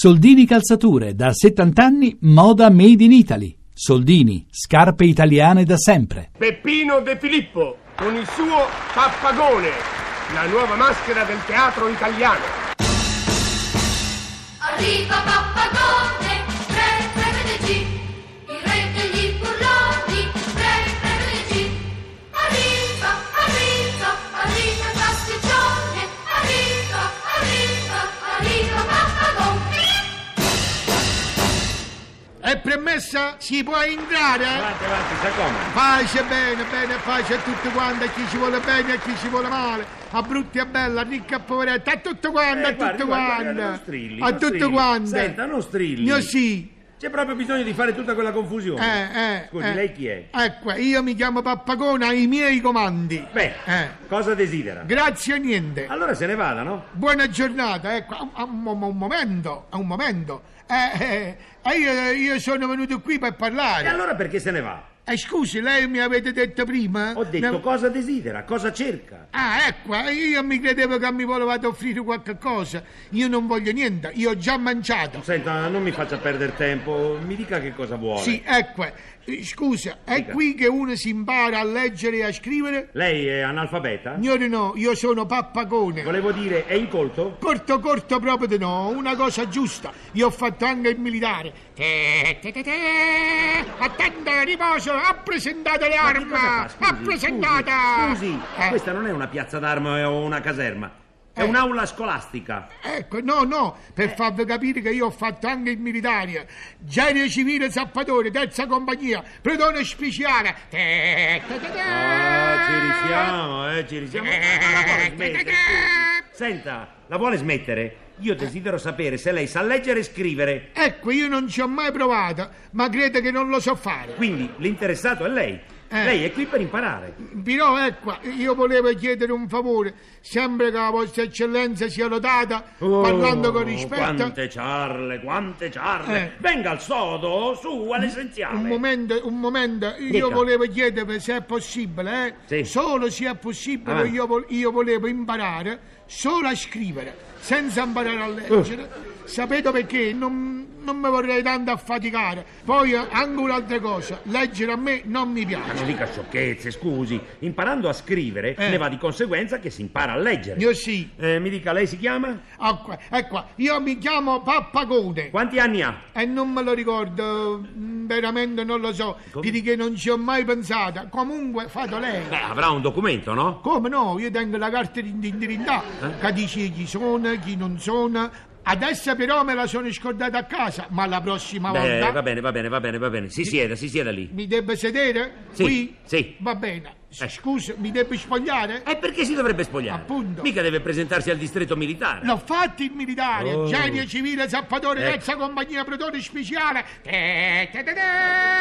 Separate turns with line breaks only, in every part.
Soldini Calzature, da 70 anni, moda made in Italy. Soldini, scarpe italiane da sempre.
Peppino De Filippo con il suo Pappagone, la nuova maschera del teatro italiano.
Arriva pappagone, pre, prevedeci, il re degli burloni, pre, prevedeci. Arriva, arriva, arriva pasticcione, arriva, arriva, arriva pappagone.
È premessa? Si può entrare?
Avanti, avanti, si accomodi.
Pace bene, bene, pace a tutti quanti, a chi ci vuole bene, a chi ci vuole male, a brutti e bella, a ricca e poveretti, a tutti quanti, a
Eh, guardi,
tutti
guardi, guardi,
quanti.
non strilli,
A
non
tutti
strilli.
quanti.
Senta, non strilli.
Io sì.
C'è proprio bisogno di fare tutta quella
Eh,
confusione.
eh.
Scusi,
eh.
lei chi è?
Ecco, io mi chiamo Pappagone ai miei comandi.
Beh,
Eh.
cosa desidera?
Grazie a niente.
Allora se ne vada, no?
Buona giornata, ecco, a- a- un, un momento, a un momento. Eh, eh, eh, io, io sono venuto qui per
E
parlare.
allora perché se ne va?
Eh, scusi, lei mi avete detto prima?
Ho detto
Ne-
cosa desidera, cosa cerca.
Ah, ecco, eh, io mi credevo che mi volevate offrire qualche cosa. Io non voglio niente, io ho già mangiato.
Senta, non mi faccia perdere tempo, mi dica che cosa vuole.
Sì, ecco, eh, scusa, è
Dica.
qui che uno si impara a leggere e a scrivere?
Lei è analfabeta?
Signore no, io sono pappagone.
Volevo dire, è incolto?
Corto corto proprio di no, una cosa giusta. Io ho fatto anche il militare. Te, te, te, te. Attenta, riposo, ha presentato le
Ma che
armi.
cosa fa? Scusi,
ha presentata.
Scusi, scusi,
Eh,
questa non è una piazza d'arma o una caserma, è
Eh.
un'aula scolastica.
Ecco, no, no, per farvi capire che io ho fatto anche il militare. Genio civile Zappadore, terza compagnia, predone speciale. Te, te, te, te.
Ah, ci risiamo, eh, ci risiamo. Ma la vuole
Eh.
smettere? Senta, la vuole smettere? Io desidero sapere se lei sa leggere e scrivere.
Ecco, io non ci ho mai provato, ma credo che non lo so fare.
Quindi l'interessato è lei.
Eh.
Lei è qui per imparare.
Però ecco, io volevo chiedere un favore, sempre che la vostra eccellenza sia lodata, parlando con
Oh,
rispetto.
Quante ciarle, quante ciarle.
Eh.
Venga al sodo, su, all'essenziale.
Un momento, un momento, io
Dica.
volevo chiedervi se è possibile, eh?
Sì.
Solo se è possibile,
Ah.
io, vo- io volevo imparare solo a scrivere, senza imparare a leggere.
Ah.
Sapete perché? Non, non mi vorrei tanto affaticare. Poi eh, anche un'altra cosa, leggere a me non mi
Ma
piace.
non dica sciocchezze, scusi. Imparando a scrivere,
Eh.
ne va di conseguenza che si impara a leggere.
Io sì,
Eh, mi dica, lei si chiama?
ecco, ecco, io mi chiamo Pappagone.
Quanti anni ha?
E non me lo ricordo, mm, veramente non lo so,
Come?
più di che non ci ho mai pensato. Comunque, fatto lei.
Beh, avrà un documento, no?
Come no? Io tengo la carta di identità,
Eh?
che dice chi sono, chi non sono. Adesso però me la sono scordata a casa, ma la prossima
Beh,
volta
va bene, va bene, va bene, va bene. Si sieda, si sieda lì.
mi debba sedere?
Sì,
Qui?
sì.
Va bene. S-
Eh.
Scusa, mi debba spogliare?
E perché si dovrebbe spogliare?
Appunto.
Mica deve presentarsi al distretto militare.
L'ho fatto il militare,
Oh.
genio civile, zappatore,
Ecco.
terza compagnia, protone speciale. Te, te, te, te,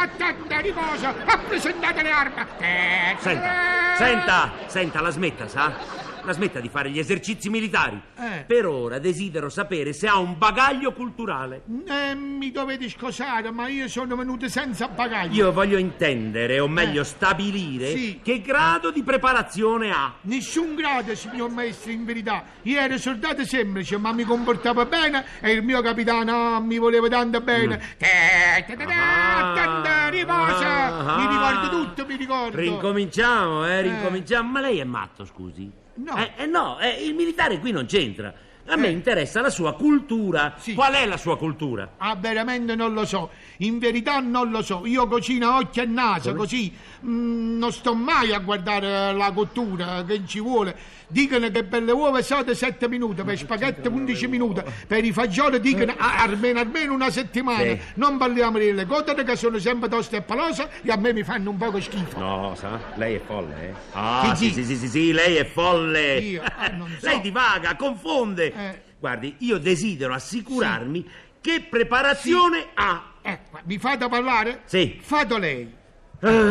attenta, riposo, ha presentato le armi. Te, te,
Senta,
te.
senta, senta, la smetta, sa? La smetta di fare gli esercizi militari.
Eh.
Per ora desidero sapere se ha un bagaglio culturale.
Eh, mi dovete scusare, ma io sono venuto senza bagaglio.
Io voglio intendere, o meglio
Eh.
stabilire,
Sì.
che grado di preparazione ha.
Nessun grado, signor maestro, in verità. Io ero soldato semplice, ma mi comportavo bene e il mio capitano ah, mi voleva tanto bene. Te, te, te, te,
Mm. Ah,
attenta, riposa!
ah,
Eh, mi
ah.
ricordo tutto, mi ricordo.
Rincominciamo, eh, rincominciamo. Ma lei è matto, scusi?
No.
Eh, eh, no, eh, il militare qui non c'entra. A me
Eh.
interessa la sua cultura.
Sì.
Qual è la sua cultura?
Ah, veramente non lo so. In verità non lo so. Io cucino occhio e naso, così. Mm, non sto mai a guardare la cottura che ci vuole. Dicono che per le uova sate 7 minuti,
Eh,
per spaghetti 11 minuti, per i fagioli dicono ah, almeno, almeno una settimana.
Sì.
Non parliamo delle cottere che sono sempre toste e palose e a me mi fanno un poco schifo.
No, sa, lei è folle, eh? Ah,
Chi
sì,
chi?
sì, sì, sì, sì, lei è folle.
Io? Ah, non so.
lei divaga, confonde.
Eh.
Guardi, io desidero assicurarmi che preparazione ha.
Ecco, mi fate parlare?
Sì. Ah.
Fatto lei.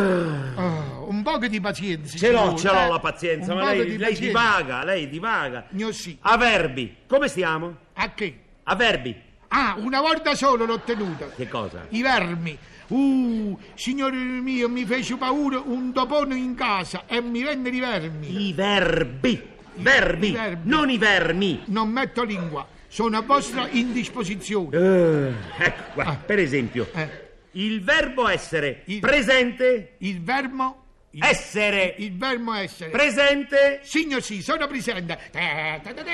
Oh, un poco di pazienza.
Ce l'ho,
signore,
ce l'ho
eh.
la pazienza,
Un
ma
poco
lei,
di
lei
pazienza.
divaga, lei divaga.
Io sì.
Averbi, come stiamo?
A che?
Averbi,
Ah, una volta solo l'ho tenuta.
che cosa?
I vermi. Uh, signore mio, mi fece paura un topono in casa e mi venne di vermi.
I verbi. Verbi,
I verbi.
non i vermi.
Non metto lingua. sono a vostra indisposizione.
Eh, ecco qua, per esempio,
Ah. Eh.
il verbo essere
Il-
presente,
Il verbo. il-
essere
Il verbo essere.
presente.
Signor sì, sono presente. Ta, ta, ta, ta.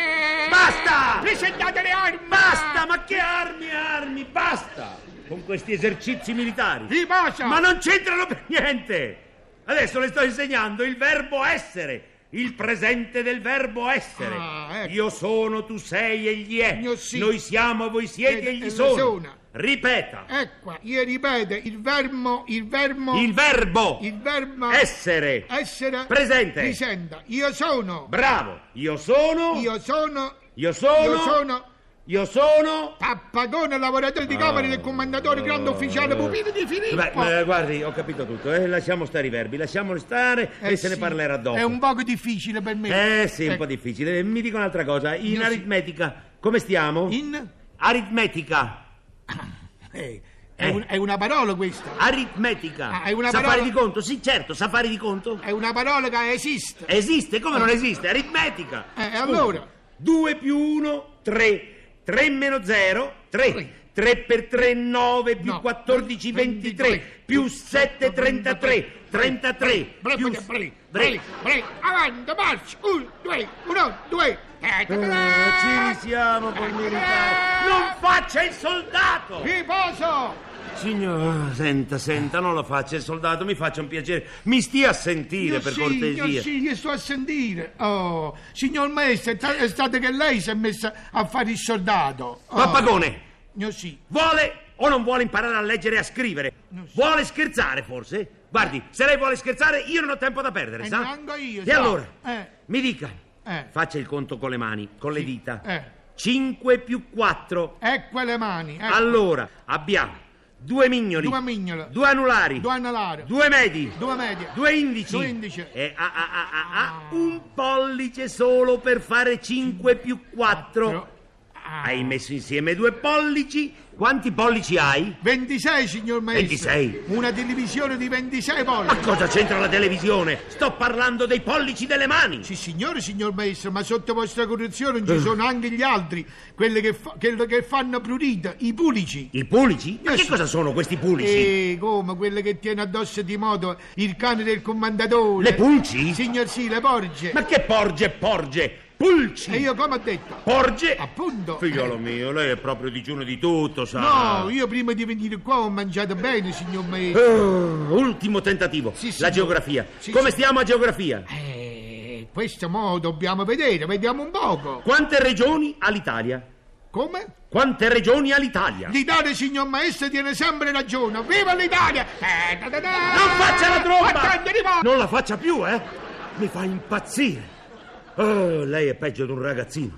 Basta!
Presentate le armi!
Basta, ma che armi, armi, basta! Con questi esercizi militari.
Riposo!
Ma non c'entrano per niente! Adesso le sto insegnando il verbo essere, il presente del verbo essere.
Ah, ecco.
Io sono, tu sei, egli è.
Io sì.
Noi siamo, voi siete,
Ed-
egli
e
sono.
sono.
Ripeta.
Ecco, io ripeto, il verbo, il verbo,
Il verbo
il Eh. verbo
essere.
essere
Presente.
Presente. Io sono,
Bravo. Io sono.
io sono,
io sono.
io sono
Io sono.
Pappagone, lavoratore di camera del comandatore, grande ufficiale, pupino di
Eh. Beh,
Filippo.
ma eh, guardi, ho capito tutto, eh. lasciamo stare i verbi, lasciamoli stare
Eh
e se ne
sì,
parlerà dopo.
È un poco difficile per me.
Eh sì, un po' difficile. Mi dico un'altra cosa, in
Io sì.
aritmetica, come stiamo?
In?
Aritmetica,
Eh, è,
Eh.
un- è una parola questa. Ah,
aritmetica.
è una
sa
parola- Eh.
fare di conto? Sì, certo, sa fare di conto.
È una parola che esiste.
Esiste, come non esiste? Aritmetica.
Eh, e allora?
2 più 1, 3. 3 meno 0, 3. 3 per 3, 9 più
No.
14, 23.
23.
Più 7, 33. 33.
Bre,
più...
bre, bre,
Bre.
bre, bre, avanti, marcia, un, due, uno, due. Eh, ta, ta,
Ah,
ta.
ci
Eh.
risiamo per militare. Non faccia il soldato!
Riposo!
Signor, senta, senta, non lo faccia il soldato, mi faccia un piacere. Mi stia a sentire,
Io
per
sì,
cortesia.
Io sì, io sto a sentire. Oh, signor maestro, è tra- è stato che lei si è messa a fare il soldato. Oh,
Pappagone,
Io sì.
vuole o non vuole imparare a leggere e a scrivere?
Non so.
Vuole scherzare, forse? Guardi, se lei vuole scherzare, io non ho tempo da perdere,
E
sa?
neanche Eh, io,
E
sa.
allora,
Eh.
mi dica,
Eh.
faccia il conto con le mani, con le dita.
eh.
5 più 4
Ecco le mani. Ecco.
Allora, abbiamo due mignoli,
Due mignole.
due anulari,
Due anulari.
due medi,
Due medie.
due indici,
Due indici.
e ah, ah, ah, ah, ah, un pollice solo per fare 5 più 4.
Ah.
Hai messo insieme due pollici, quanti pollici hai?
26, signor maestro.
26.
Una televisione di 26 pollici.
Ma cosa c'entra la televisione? Sto parlando dei pollici delle mani.
Sì, signore, signor maestro, ma sotto vostra correzione
Eh.
ci sono anche gli altri, quelli che, fa- quelli che fanno prurita, i pulici.
I pulici? Ma
Eh
che
sì.
cosa sono questi pulici?
Eh, come quelle che tiene addosso di moto il cane del comandatore.
Le pulci?
Signor sì, le porge.
Ma che porge, porge? Pulci!
E io come ho detto?
Porge!
Ah. Appunto. Eh,
Figliolo mio, lei è proprio digiuno di tutto, sa.
No, io prima di venire qua ho mangiato bene, signor maestro.
Oh, ultimo tentativo,
Sì,
la
signor.
geografia.
Sì,
Come
sì.
stiamo a geografia?
Eh, questo mo dobbiamo vedere, vediamo un poco.
Quante regioni ha l'Italia?
Come?
Quante regioni ha l'Italia?
L'Italia, signor maestro, tiene sempre ragione. Viva l'Italia! Eh,
Non
Non
faccia la
Attende di
tromba!
mo-
Non la faccia più, eh? Mi fa impazzire. Oh, lei è peggio di un ragazzino.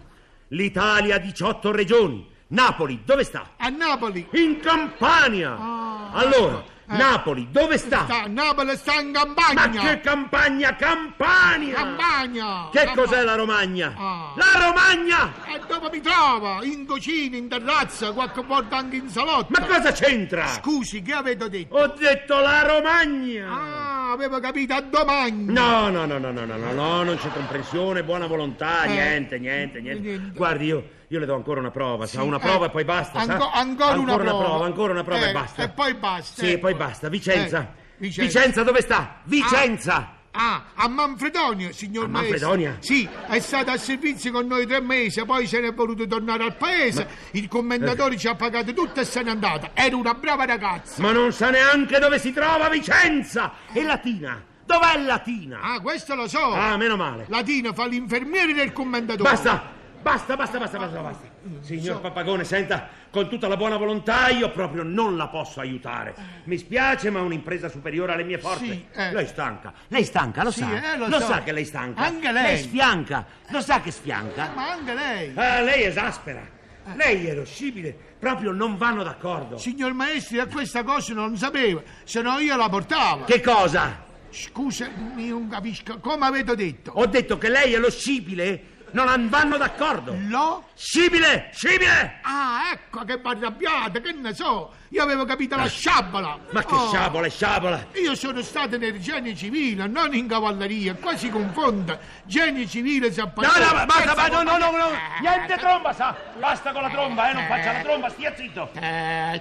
L'Italia ha 18 regioni. Napoli, dove sta?
A Napoli.
In Campania.
Ah.
allora,
Eh.
Napoli, dove sta?
Sta- Napoli sta in
Ma
campagna.
che campagna, Campania!
Campagna!
Che
Campa-
cos'è la Romagna?
Ah.
La Romagna!
E dove mi trova? In cucina, in terrazza, qualche volta anche in salotto.
Ma cosa c'entra?
Scusi, che avete detto?
Ho detto la Romagna!
Ah, avevo capito, a domani.
No, no, no, no, no, no, no, no, non c'è comprensione, buona volontà,
Eh.
niente, niente, niente.
Niente.
Guardi, io, io le do ancora una prova, sa,
Sì,
una
eh,
prova e poi basta, sa?
anco- ancora una prova.
ancora una prova e
Eh,
basta.
e poi basta,
Sì,
ecco.
poi basta. Vicenza.
Eh, Vicenza.
dove sta? Vicenza!
Ah, a Manfredonia, signor
A
maestro.
Manfredonia?
Sì, è stato a servizio con noi tre mesi, poi se n'è voluto tornare al paese. Il
Eh.
commendatore ci ha pagato tutto e se n'è andata. Era una brava ragazza.
Ma non sa neanche dove si trova Vicenza! E Latina? Dov'è Latina?
Ah, questo lo so.
Ah, meno male.
Latina fa l'infermiere del commendatore.
Basta! Basta, basta, basta, basta, basta.
Mm,
Signor Papagone, senta, con tutta la buona volontà io proprio non la posso aiutare. Mi spiace, ma è un'impresa superiore alle mie forze.
Sì, eh.
Lei è stanca, lei è stanca, lo
Sì,
sa.
eh, lo so.
sa che lei è stanca.
Anche lei.
Lei sfianca, lo sa che sfianca.
Ma Eh. anche lei.
Ah, lei esaspera. Lei è iroscibile, proprio non vanno d'accordo.
Signor maestro, a questa cosa non sapevo, se no io la portavo.
Che cosa?
Scusa, io non capisco, come avete detto?
Ho detto che lei è lo scibile non an- vanno d'accordo.
Lo?
Scibile, scibile!
Ah, ecco che vi arrabbiate, che ne so. Io avevo capito la sciabola.
Ma che
Oh,
sciabola, sciabola!
Io sono stato nel genio civile, non in cavalleria. Qua si confonde. Genio civile si
No, no, ma- basta, basta, no, no, no,
Eh,
no, niente tromba, sa! Basta con la tromba, eh, non faccia la tromba, stia zitto!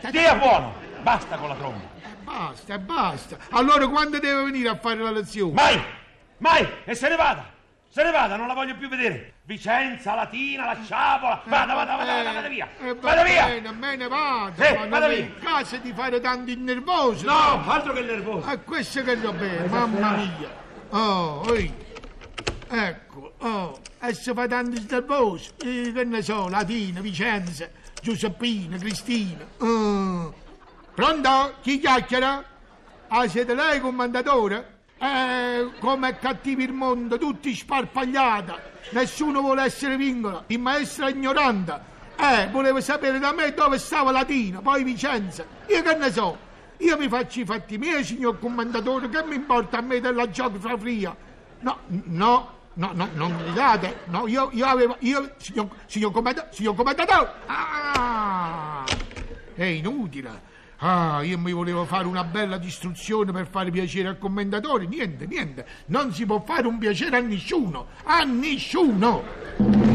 Stia buono, basta con la
Eh,
tromba!
Basta, basta. Allora quando deve venire a fare la lezione?
Mai! Mai! E se ne vada! Se ne vada, non la voglio più vedere! Vicenza, Latina, la sciabola! Vada, vada, vada, vada, vada via!
Eh, va
Vada via!
bene, me ne vado.
Eh,
ma non
vada
è
via.
il caso di fare tanto il nervoso.
No, Eh, altro che nervoso!
Ah, questo che lo bene, mamma mia. Oh, ehi. Ecco, oh. Adesso fa tanto nervoso. Eh, che ne so, Latina, Vicenza, Giuseppina, Cristina. Oh. Pronto? Chi chiacchiera? Ah, siete lei comandatore? Eh, come è cattivo il mondo, tutti sparpagliati. Nessuno vuole essere vincola. Il maestro è ignorante. Eh, volevo sapere da me dove stava Latina, poi Vicenza. Io che ne so? Io mi faccio i fatti miei, signor comandatore, che mi importa a me della geografia? No, no, no, no, non mi date. No, io, io avevo, io, signor, signor comandatore, signor comandatore. Ah! È inutile. Ah, io mi volevo fare una bella distruzione per fare piacere al commendatore. Niente, niente. Non si può fare un piacere a nessuno. A nessuno.